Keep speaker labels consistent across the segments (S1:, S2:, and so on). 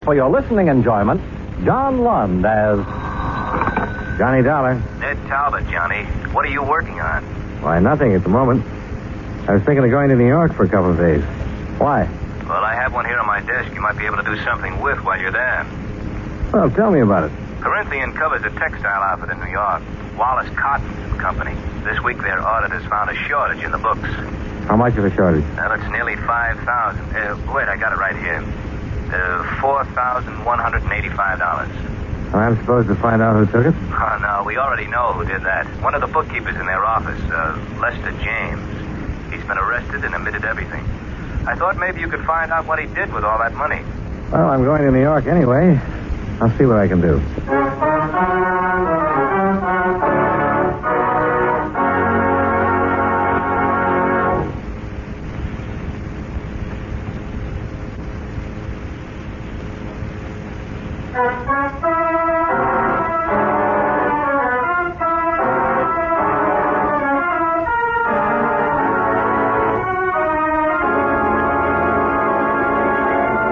S1: for your listening enjoyment, John Lund as Johnny Dollar.
S2: Ned Talbot, Johnny. What are you working on?
S1: Why, nothing at the moment. I was thinking of going to New York for a couple of days. Why?
S2: Well, I have one here on my desk you might be able to do something with while you're there.
S1: Well, tell me about it.
S2: Corinthian covers a textile outfit in New York, Wallace Cotton and Company. This week their auditors found a shortage in the books.
S1: How much of a shortage?
S2: Now that's nearly 5,000. Uh, wait, I got it right here. Uh, $4,185.
S1: I'm supposed to find out who took it?
S2: Oh, no, we already know who did that. One of the bookkeepers in their office, uh, Lester James. He's been arrested and admitted everything. I thought maybe you could find out what he did with all that money.
S1: Well, I'm going to New York anyway. I'll see what I can do.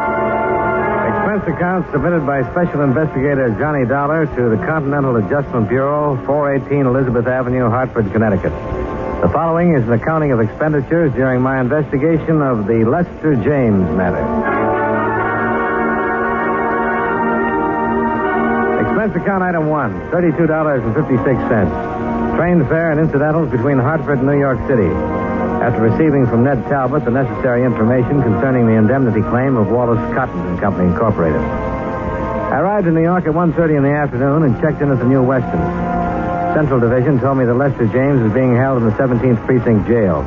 S1: Expense account submitted by Special Investigator Johnny Dollar to the Continental Adjustment Bureau, 418 Elizabeth Avenue, Hartford, Connecticut. The following is an accounting of expenditures during my investigation of the Lester James matter. Expense account item one, $32.56. Train fare and incidentals between Hartford and New York City. After receiving from Ned Talbot the necessary information concerning the indemnity claim of Wallace Cotton and Company Incorporated. I arrived in New York at 1.30 in the afternoon and checked in at the New Weston. Central Division told me that Lester James was being held in the 17th Precinct Jail.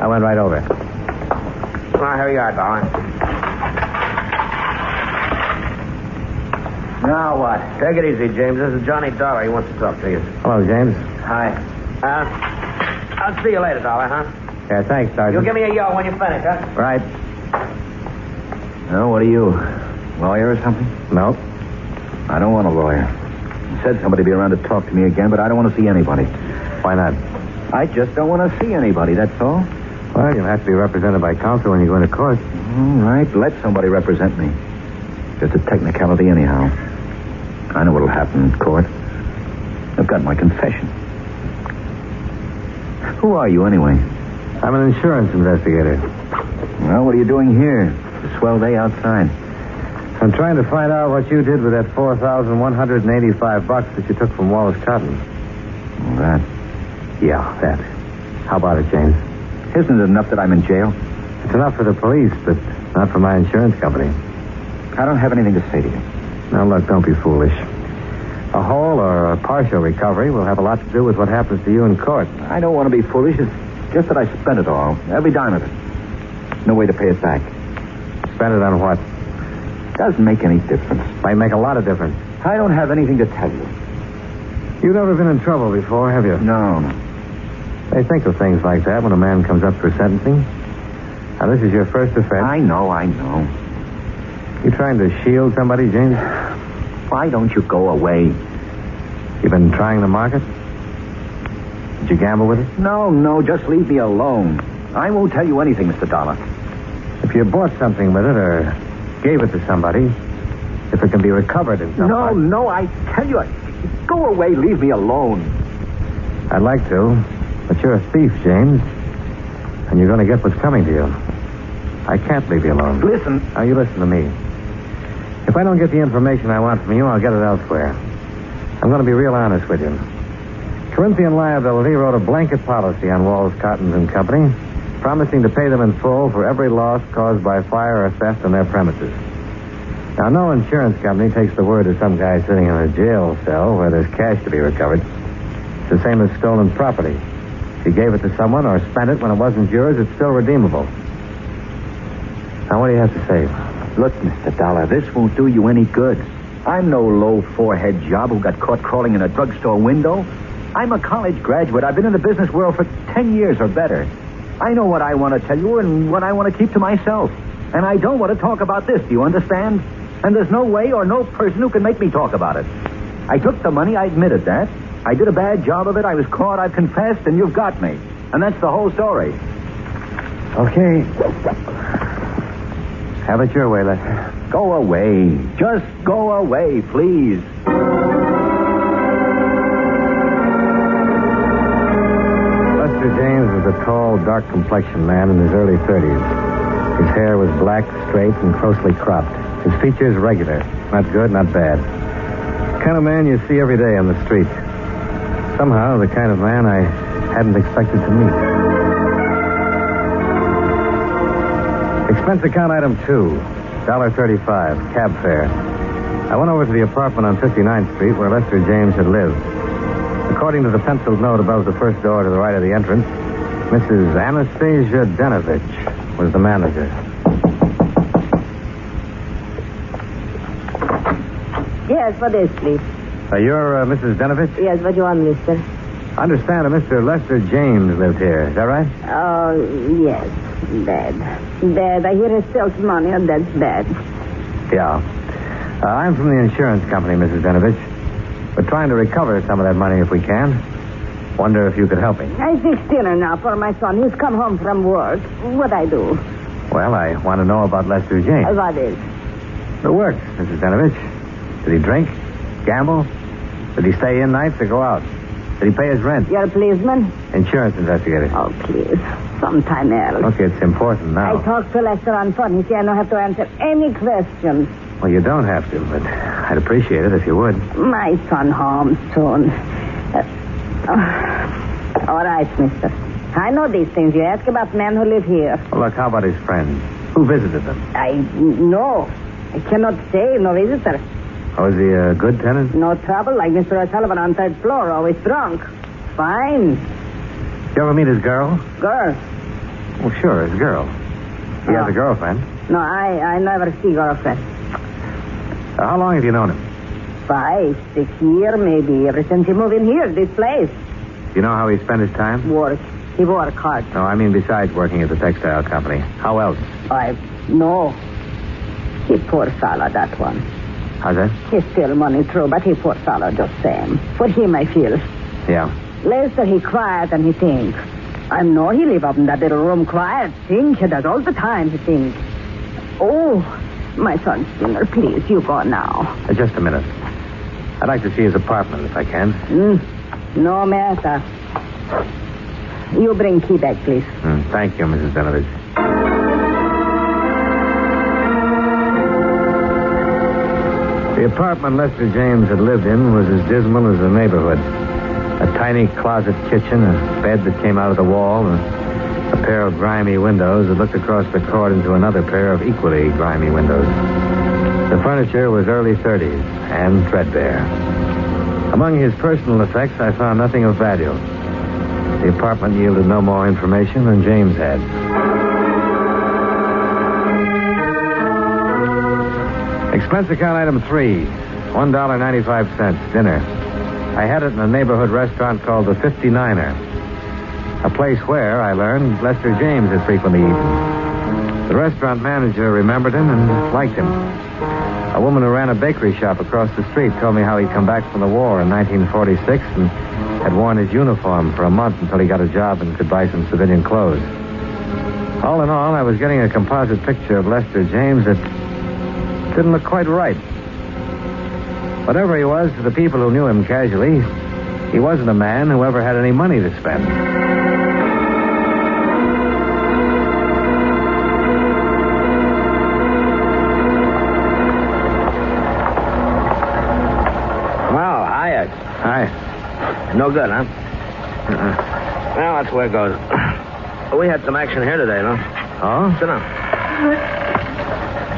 S1: I went right over.
S3: Well, here you are, Dollar. Now what? Take it easy, James. This is Johnny Dollar. He wants to talk to you.
S1: Hello, James.
S3: Hi. Uh, I'll see you later, Dollar, huh?
S1: Yeah, thanks, Sergeant.
S3: You'll give me a yell when you finish, huh?
S1: Right.
S4: No, what are you? Lawyer or something?
S1: No.
S4: I don't want a lawyer. You said somebody'd be around to talk to me again, but I don't want to see anybody.
S1: Why not?
S4: I just don't want to see anybody, that's all.
S1: Well, you'll have to be represented by counsel when you go into court.
S4: All right, let somebody represent me. Just a technicality, anyhow. I know what'll happen in court. I've got my confession. Who are you, anyway?
S1: I'm an insurance investigator.
S4: Well, what are you doing here? It's a swell day outside.
S1: I'm trying to find out what you did with that 4,185 bucks that you took from Wallace Cotton.
S4: All that.
S1: Yeah, that. How about it, James?
S4: Isn't it enough that I'm in jail?
S1: It's enough for the police, but not for my insurance company.
S4: I don't have anything to say to you.
S1: Now, look, don't be foolish. A whole or a partial recovery will have a lot to do with what happens to you in court.
S4: I don't want to be foolish. It's just that I spent it all, every dime of it. No way to pay it back.
S1: Spend it on what?
S4: Doesn't make any difference.
S1: Might make a lot of difference.
S4: I don't have anything to tell you.
S1: You've never been in trouble before, have you?
S4: No, no.
S1: They think of things like that when a man comes up for sentencing. Now, this is your first offense.
S4: I know, I know.
S1: You trying to shield somebody, James?
S4: Why don't you go away?
S1: You've been trying the market? Did you gamble with it?
S4: No, no, just leave me alone. I won't tell you anything, Mr. Dollar.
S1: If you bought something with it or gave it to somebody, if it can be recovered in some
S4: No,
S1: way.
S4: no, I tell you, I... go away, leave me alone.
S1: I'd like to, but you're a thief, James, and you're going to get what's coming to you. I can't leave you alone.
S4: Listen,
S1: Now, you listen to me. If I don't get the information I want from you, I'll get it elsewhere. I'm going to be real honest with you. Corinthian Liability wrote a blanket policy on Walls, Cottons, and Company, promising to pay them in full for every loss caused by fire or theft on their premises. Now, no insurance company takes the word of some guy sitting in a jail cell where there's cash to be recovered. It's the same as stolen property. If you gave it to someone or spent it when it wasn't yours, it's still redeemable. Now, what do you have to say?
S4: look, Mr. Dollar, this won't do you any good. I'm no low forehead job who got caught crawling in a drugstore window. I'm a college graduate. I've been in the business world for ten years or better. I know what I want to tell you and what I want to keep to myself. And I don't want to talk about this, do you understand? And there's no way or no person who can make me talk about it. I took the money, I admitted that. I did a bad job of it, I was caught, I've confessed, and you've got me. And that's the whole story.
S1: Okay. Have it your way, Lester.
S4: Go away. Just go away, please.
S1: Lester James was a tall, dark complexioned man in his early 30s. His hair was black, straight, and closely cropped. His features regular. Not good, not bad. The kind of man you see every day on the street. Somehow, the kind of man I hadn't expected to meet. Expense account item two, $1.35, cab fare. I went over to the apartment on 59th Street where Lester James had lived. According to the penciled note above the first door to the right of the entrance, Mrs. Anastasia Denovich was the manager.
S5: Yes, what is, please?
S1: Uh, you're uh, Mrs. Denovich?
S5: Yes, what you want, mister?
S1: I understand that Mr. Lester James lived here. Is that right?
S5: Oh, yes. Bad. Bad. I hear he steals money, and that's bad.
S1: Yeah. Uh, I'm from the insurance company, Mrs. Denovich. We're trying to recover some of that money if we can. Wonder if you could help me.
S5: I fix dinner now for my son. He's come home from work. What I do?
S1: Well, I want to know about Lester James.
S5: Uh, What is?
S1: The work, Mrs. Denovich. Did he drink? Gamble? Did he stay in nights or go out? Did he pay his rent?
S5: You're a policeman?
S1: Insurance investigator.
S5: Oh, please. Sometime else.
S1: Okay, it's important now.
S5: I talked to Lester on phone. He said I don't have to answer any questions.
S1: Well, you don't have to, but I'd appreciate it if you would.
S5: My son home soon. Uh, oh, all right, mister. I know these things. You ask about men who live here.
S1: Well, look, how about his friends? Who visited them?
S5: I know. I cannot say. No visitor.
S1: Was Oh, he a good tenant?
S5: No trouble like Mr. O'Sullivan on third floor, always drunk. Fine.
S1: Did you ever meet his girl?
S5: Girl.
S1: Well, sure, his girl. He has
S5: No.
S1: a girlfriend.
S5: No, I, I never see girlfriend.
S1: Uh, how long have you known him?
S5: Five, six year maybe, ever since he moved in here, this place.
S1: Do you know how he spent his time?
S5: Work. He work hard.
S1: No, I mean besides working at the textile company. How else?
S5: I no. He poor fellow, that one.
S1: How's that?
S5: He steal money, true, but he poor fellow just same. For him, I feel.
S1: Yeah.
S5: Lester, he quiet and he think. I know he live up in that little room quiet. Think he does all the time, he think. Oh, my son's dinner, please, you go now.
S1: Uh, just a minute. I'd like to see his apartment if I can.
S5: Mm, no matter. You bring key back, please.
S1: Mm, thank you, Mrs. Denovich. The apartment Lester James had lived in was as dismal as the neighborhood. A tiny closet kitchen, a bed that came out of the wall, and a pair of grimy windows that looked across the court into another pair of equally grimy windows. The furniture was early 30s and threadbare. Among his personal effects, I found nothing of value. The apartment yielded no more information than James had. Expense account item three, one dollar ninety-five cents dinner. I had it in a neighborhood restaurant called the 59er, a place where I learned Lester James had frequently eaten. The restaurant manager remembered him and liked him. A woman who ran a bakery shop across the street told me how he'd come back from the war in 1946 and had worn his uniform for a month until he got a job and could buy some civilian clothes. All in all, I was getting a composite picture of Lester James that didn't look quite right. Whatever he was to the people who knew him casually, he wasn't a man who ever had any money to spend.
S3: Well, hiya.
S1: Hi. Uh-uh.
S3: No good, huh? Well, that's where it goes. We had some action here today, no?
S1: Oh?
S3: Sit down.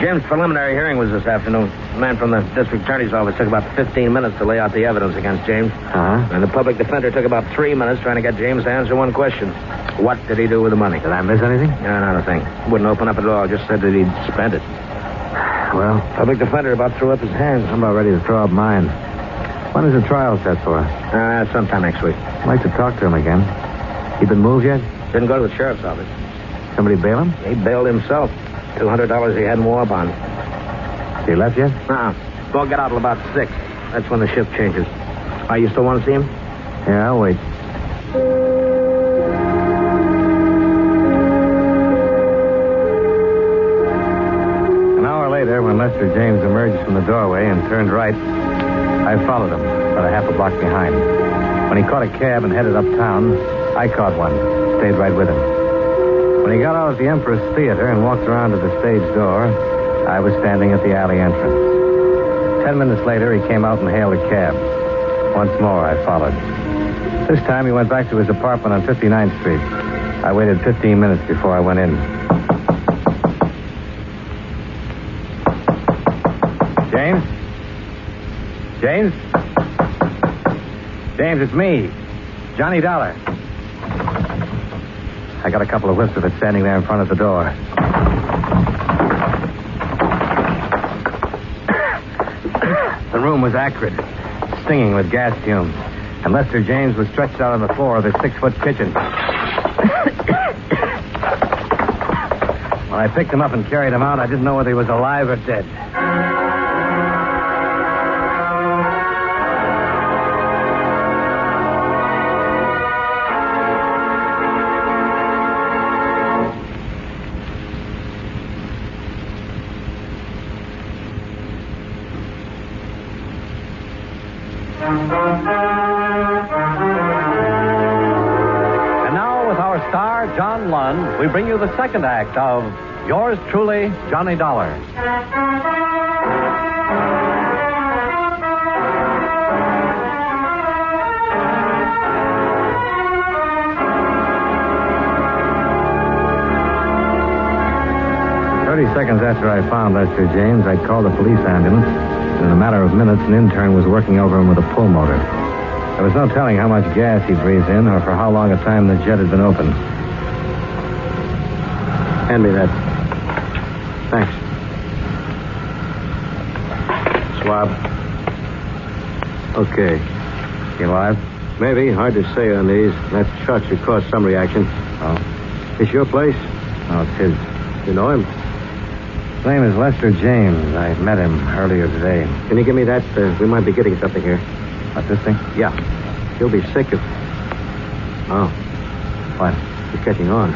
S3: Jim's preliminary hearing was this afternoon. A man from the district attorney's office took about 15 minutes to lay out the evidence against James.
S1: Uh-huh.
S3: And the public defender took about three minutes trying to get James to answer one question. What did he do with the money?
S1: Did I miss anything?
S3: No, not a thing. Wouldn't open up at all. Just said that he'd spent it.
S1: Well,
S3: Public defender about threw up his hands.
S1: I'm about ready to throw up mine. When is the trial set for?
S3: Uh, sometime next week.
S1: I'd like to talk to him again. He been moved yet?
S3: Didn't go to the sheriff's office.
S1: Somebody bail him?
S3: He bailed himself. $200 he had in war bond.
S1: He left yet?
S3: Uh-uh. Well, get out till about 6. That's when the shift changes. Uh, you still want to see him?
S1: Yeah, I'll wait. Lester James emerged from the doorway and turned right, I followed him, about a half a block behind. When he caught a cab and headed uptown, I caught one, stayed right with him. When he got out at the Empress Theater and walked around to the stage door, I was standing at the alley entrance. Ten minutes later, he came out and hailed a cab. Once more, I followed. This time, he went back to his apartment on 59th Street. I waited 15 minutes before I went in. James? James? James, it's me, Johnny Dollar. I got a couple of whiffs of it standing there in front of the door. the room was acrid, stinging with gas fumes, and Lester James was stretched out on the floor of his six foot kitchen. when I picked him up and carried him out, I didn't know whether he was alive or dead.
S6: And now, with our star, John Lund, we bring you the second act of Yours Truly, Johnny Dollar.
S1: Thirty seconds after I found Lester James, I called a police ambulance, and in a matter of minutes, an intern was working over him with a pull motor. There was no telling how much gas he breathed in or for how long a time the jet had been open. Hand me that. Thanks. Swab. Okay. He alive? Maybe. Hard to say on these. That shot should cause some reaction. Oh. This your place? Oh, it's his. You know him? His name is Lester James. I met him earlier today. Can you give me that? Uh, we might be getting something here. What, this thing? Yeah. He'll be sick if. Oh. What? He's catching on.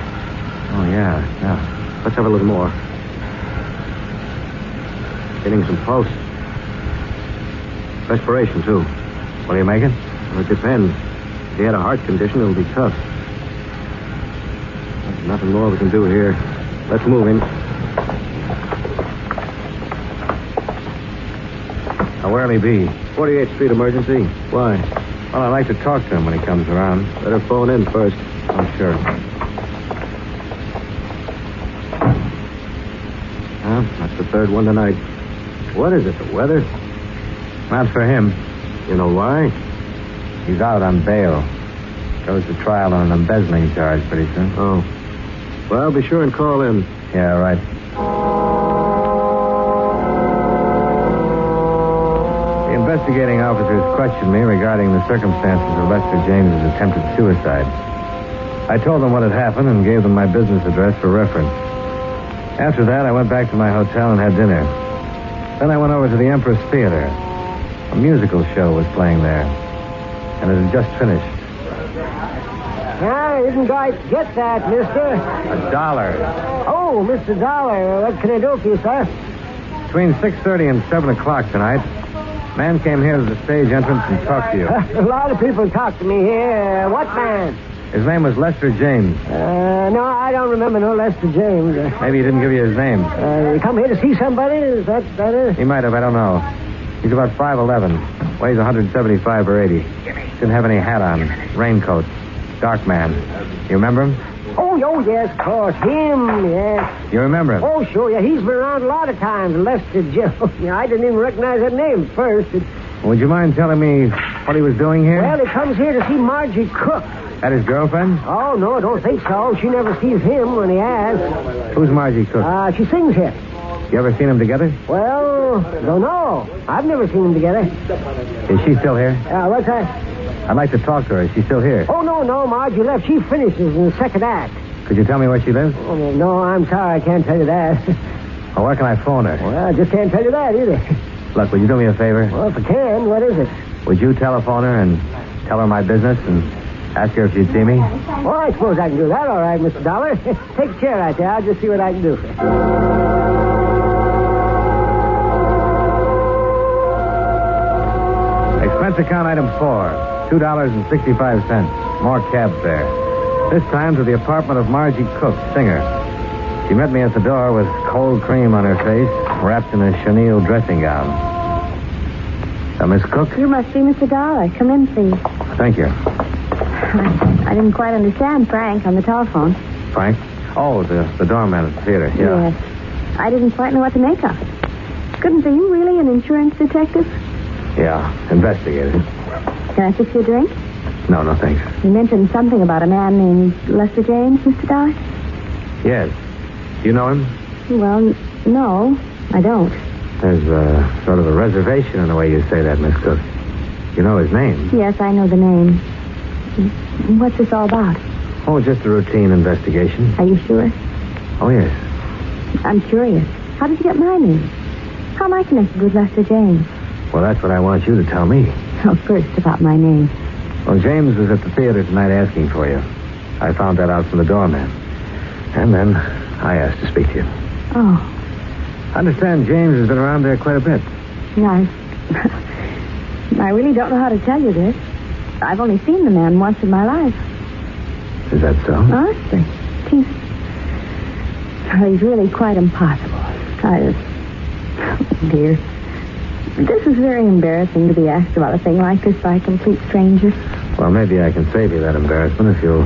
S1: Oh, yeah, yeah. Let's have a little more. Getting some pulse. Respiration, too. What do you make it? Well, it depends. If he had a heart condition, it'll be tough. There's nothing more we can do here. Let's move him. Now, where'll he be? 48th Street emergency. Why? Well, I'd like to talk to him when he comes around. Better phone in first. Oh, sure. Huh? That's the third one tonight. What is it, the weather? Not for him. You know why? He's out on bail. Goes to trial on an embezzling charge pretty soon. Oh. Well, be sure and call in. Yeah, right. The investigating officers questioned me regarding the circumstances of Lester James's attempted suicide. I told them what had happened and gave them my business address for reference. After that, I went back to my hotel and had dinner. Then I went over to the Empress Theater. A musical show was playing there, and it had just finished.
S5: Ah, didn't quite get that, mister.
S1: A dollar.
S5: Oh, Mr. Dollar, what can I do for you, sir?
S1: Between 6.30 and 7 o'clock tonight, a man came here to the stage entrance and talked to you.
S5: A lot of people talk to me here. What man?
S1: His name was Lester James.
S5: Uh, no, I don't remember no Lester James. Uh,
S1: Maybe he didn't give you his name.
S5: Uh, you come here to see somebody? Is that better?
S1: He might have, I don't know. He's about 5'11", weighs 175 or 80. Didn't have any hat on, raincoat, dark man. You remember him?
S5: Oh, oh, yes, of course. Him, yes.
S1: You remember him?
S5: Oh, sure, yeah. He's been around a lot of times, Lester Joe. yeah, I didn't even recognize that name first. It-
S1: Would you mind telling me what he was doing here?
S5: well, he comes here to see Margie Cook.
S1: At his girlfriend?
S5: Oh, no, I don't think so. She never sees him when he asks.
S1: Who's Margie Cook?
S5: Uh, she sings here.
S1: you ever seen them together?
S5: Well, don't know. I've never seen them together.
S1: Is she still here?
S5: Uh, what's that?
S1: I'd like to talk to her. Is she still here?
S5: Oh, no, no, Margie left. She finishes in the second act.
S1: Could you tell me where she lives?
S5: Oh, no, I'm sorry. I can't tell you that.
S1: Or where can I phone her?
S5: well, I just can't tell you that either.
S1: Look, will you do me a favor?
S5: Well, if I can, what is it?
S1: Would you telephone her and tell her my business and ask her if she'd see me?
S5: Well, I suppose I can do that all right, Mr. Dollar. Take a chair out there. I'll just see what I can do.
S1: Expense account item four, $2.65. More cab fare. This time to the apartment of Margie Cook, singer. She met me at the door with cold cream on her face, wrapped in a chenille dressing gown. Uh, Miss Cook?
S7: You must be Mr. Dollar. Come in, please.
S1: Thank you.
S7: I, I didn't quite understand Frank on the telephone.
S1: Frank? Oh, the, the doorman at the theater. Yeah.
S7: Yes. I didn't quite know what to make of it. Couldn't be you really an insurance detective?
S1: Yeah. Investigator.
S7: Can I fix you a drink?
S1: No, no, thanks.
S7: You mentioned something about a man named Lester James, Mr. Dollar.
S1: Yes. Do you know him?
S7: Well, n- no, I don't.
S1: There's uh, sort of a reservation in the way you say that, Miss Cook. You know his name?
S7: Yes, I know the name. What's this all about?
S1: Oh, just a routine investigation.
S7: Are you sure?
S1: Oh, yes.
S7: I'm curious. How did you get my name? How am I connected with Lester James?
S1: Well, that's what I want you to tell me.
S7: Oh, first about my name.
S1: Well, James was at the theater tonight asking for you. I found that out from the doorman. And then I asked to speak to you.
S7: Oh,
S1: I understand James has been around there quite a bit.
S7: I, I really don't know how to tell you this. I've only seen the man once in my life.
S1: Is that so?
S7: Honestly, he's well, he's really quite impossible. I oh, dear, this is very embarrassing to be asked about a thing like this by a complete stranger.
S1: Well, maybe I can save you that embarrassment if you'll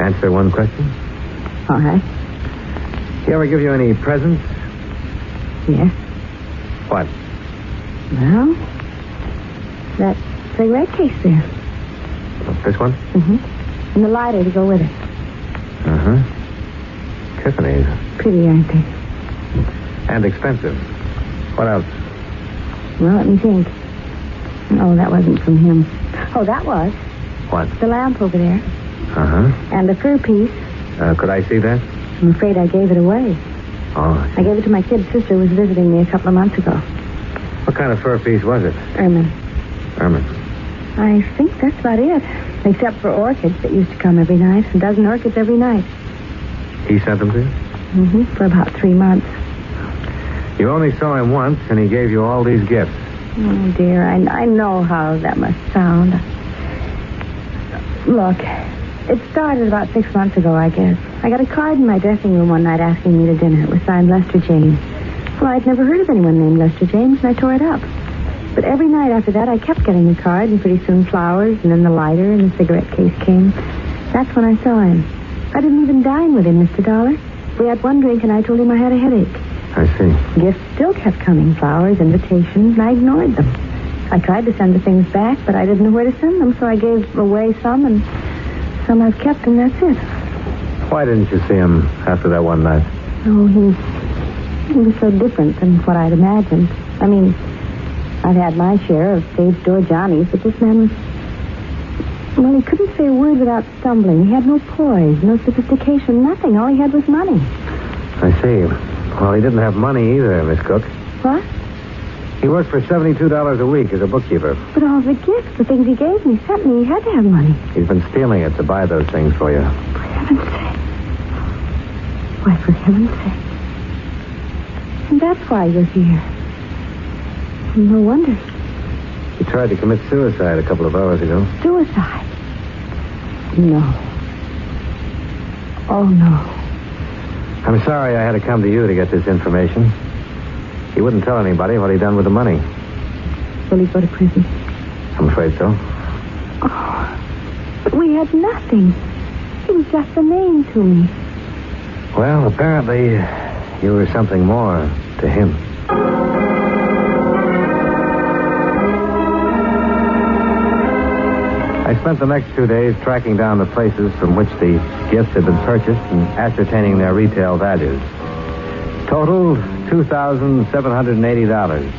S1: answer one question.
S7: All right.
S1: He ever give you any presents?
S7: Yes.
S1: What?
S7: Well, that cigarette case there.
S1: This one?
S7: Mm-hmm. And the lighter to go with it.
S1: Uh huh. Uh-huh. Tiffany's.
S7: Pretty, aren't they?
S1: And expensive. What else?
S7: Well, let me think. Oh, that wasn't from him. Oh, that was.
S1: What?
S7: The lamp over there.
S1: Uh huh.
S7: And the fur piece.
S1: Uh, could I see that?
S7: I'm afraid I gave it away.
S1: Oh.
S7: I gave it to my kid sister who was visiting me a couple of months ago.
S1: What kind of fur piece was it?
S7: Ermine.
S1: Ermine.
S7: I think that's about it. Except for orchids that used to come every night. A dozen orchids every night.
S1: He sent them to you?
S7: hmm For about three months.
S1: You only saw him once, and he gave you all these gifts.
S7: Oh, dear. I, I know how that must sound. Look, it started about six months ago, I guess. I got a card in my dressing room one night asking me to dinner. It was signed Lester James. Well, I'd never heard of anyone named Lester James, and I tore it up. But every night after that, I kept getting the card, and pretty soon flowers, and then the lighter, and the cigarette case came. That's when I saw him. I didn't even dine with him, Mr. Dollar. We had one drink, and I told him I had a headache.
S1: I see.
S7: Gifts still kept coming, flowers, invitations, and I ignored them. I tried to send the things back, but I didn't know where to send them, so I gave away some, and some I've kept, and that's it.
S1: Why didn't you see him after that one night?
S7: Oh, he, he was so different than what I'd imagined. I mean, I've had my share of stage door Johnnies, but this man was. Well, he couldn't say a word without stumbling. He had no poise, no sophistication, nothing. All he had was money.
S1: I see. Well, he didn't have money either, Miss Cook.
S7: What?
S1: He worked for $72 a week as a bookkeeper.
S7: But all the gifts, the things he gave me, sent me, he had to have money.
S1: He's been stealing it to buy those things for you.
S7: For heaven's sake. Why, for heaven's sake. And that's why you're here. No wonder.
S1: He tried to commit suicide a couple of hours ago.
S7: Suicide. No. Oh, no.
S1: I'm sorry I had to come to you to get this information. He wouldn't tell anybody what he done with the money.
S7: Will he go to prison?
S1: I'm afraid so.
S7: Oh, but we had nothing. He was just a name to me.
S1: Well, apparently, you were something more to him. I spent the next two days tracking down the places from which the gifts had been purchased and ascertaining their retail values. Total, $2,780.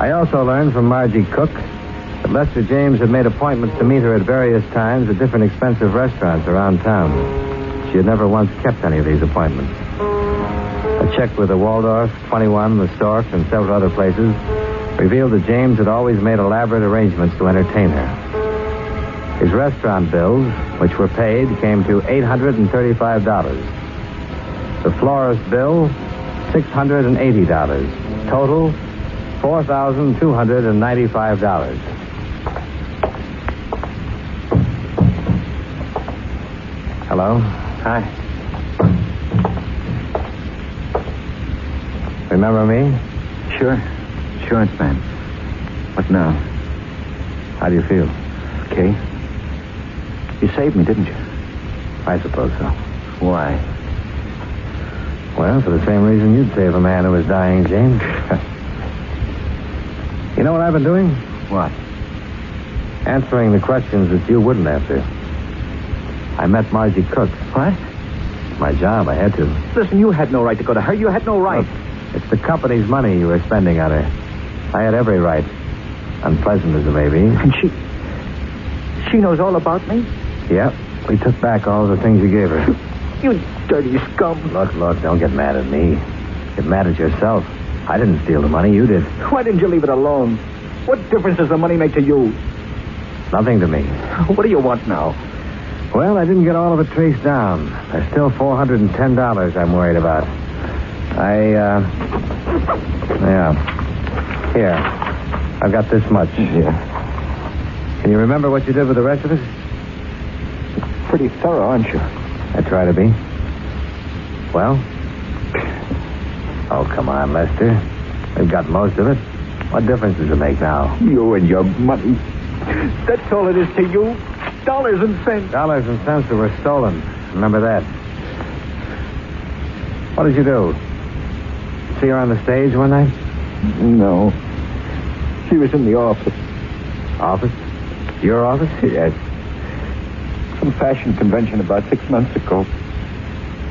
S1: I also learned from Margie Cook that Lester James had made appointments to meet her at various times at different expensive restaurants around town. She had never once kept any of these appointments. A check with the Waldorf, 21, the Stork, and several other places revealed that James had always made elaborate arrangements to entertain her. His restaurant bills, which were paid, came to $835. The florist bill, $680. Total, $4,295. Hello? Hi. Remember me?
S4: Sure. Insurance man. What now?
S1: How do you feel?
S4: Okay. You saved me, didn't you?
S1: I suppose so.
S4: Why?
S1: Well, for the same reason you'd save a man who was dying, James. you know what I've been doing?
S4: What?
S1: Answering the questions that you wouldn't answer. I met Margie Cook.
S4: What?
S1: My job, I had to.
S4: Listen, you had no right to go to her. You had no right.
S1: Look, it's the company's money you were spending on her. I had every right. Unpleasant as it may be.
S4: And she. She knows all about me?
S1: Yep. We took back all the things you gave her.
S4: You dirty scum.
S1: Look, look, don't get mad at me. Get mad at yourself. I didn't steal the money, you did.
S4: Why didn't you leave it alone? What difference does the money make to you?
S1: Nothing to me.
S4: What do you want now?
S1: Well, I didn't get all of it traced down. There's still $410 I'm worried about. I, uh. Yeah. Here. I've got this much.
S4: Yeah.
S1: Can you remember what you did with the rest of it?
S4: Pretty thorough, aren't you?
S1: I try to be. Well? Oh, come on, Lester. We've got most of it. What difference does it make now?
S4: You and your money. That's all it is to you. Dollars and cents.
S1: Dollars and cents that were stolen. Remember that. What did you do? See her on the stage one night?
S4: No. She was in the office.
S1: Office? Your office?
S4: Yes. Some fashion convention about six months ago.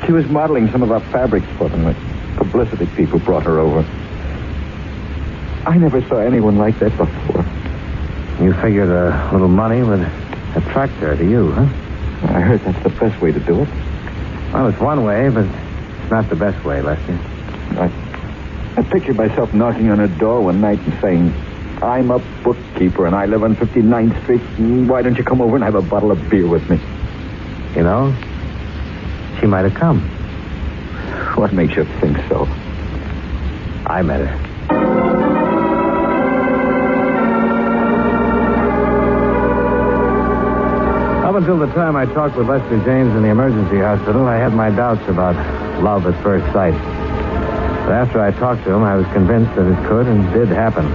S4: She was modeling some of our fabrics for them. The publicity people brought her over. I never saw anyone like that before.
S1: You figured a little money would attract her to you, huh?
S4: I heard that's the best way to do it.
S1: Well, it's one way, but it's not the best way, Lester.
S4: I, I pictured myself knocking on her door one night and saying, I'm a bookkeeper and I live on 59th Street. Why don't you come over and have a bottle of beer with me?
S1: You know, she might have come.
S4: What makes you think so?
S1: I met her. Up until the time I talked with Lester James in the emergency hospital, I had my doubts about love at first sight. But after I talked to him, I was convinced that it could and did happen.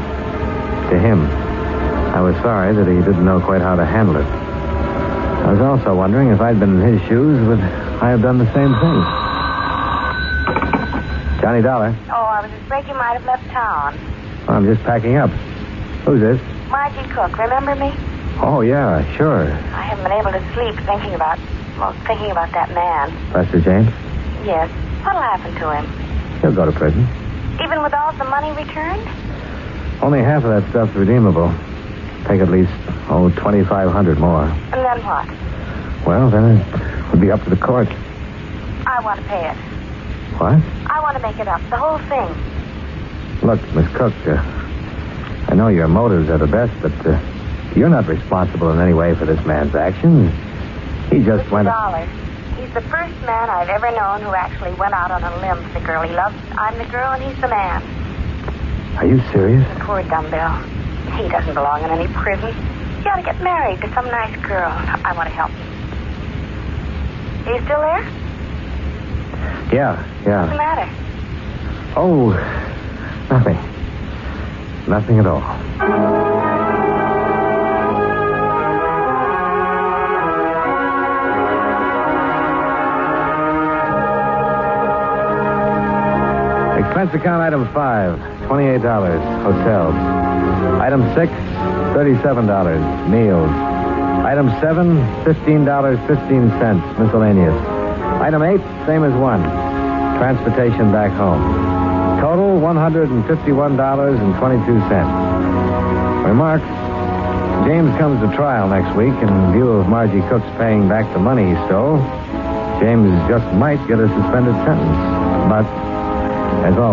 S1: To him. I was sorry that he didn't know quite how to handle it. I was also wondering if I'd been in his shoes, would I have done the same thing? Johnny Dollar.
S8: Oh, I was afraid you might have left town.
S1: Well, I'm just packing up. Who's this?
S8: Margie Cook, remember me?
S1: Oh, yeah, sure.
S8: I haven't been able to sleep thinking about, well, thinking about that man.
S1: Lester James.
S8: Yes. What'll happen to him?
S1: He'll go to prison.
S8: Even with all the money returned?
S1: Only half of that stuff's redeemable. Take at least, oh, 2500 more.
S8: And then what?
S1: Well, then it would be up to the court.
S8: I want to pay it.
S1: What?
S8: I want to make it up, the whole thing.
S1: Look, Miss Cook, uh, I know your motives are the best, but uh, you're not responsible in any way for this man's actions. He just
S8: Mr.
S1: went.
S8: Dollar. He's the first man I've ever known who actually went out on a limb for the girl he loves. I'm the girl and he's the man.
S1: Are you serious?
S8: Poor dumbbell. He doesn't belong in any prison. He ought to get married to some nice girl. I want to help him. Are you still there?
S1: Yeah,
S8: What's the
S1: yeah.
S8: matter?
S1: Oh, nothing. Nothing at all. Expense account item five, $28, hotels. Item six, $37, meals. Item seven, $15.15, miscellaneous. Item eight, same as one, transportation back home. Total, $151.22. Remarks James comes to trial next week in view of Margie Cook's paying back the money he stole. James just might get a suspended sentence, but as always,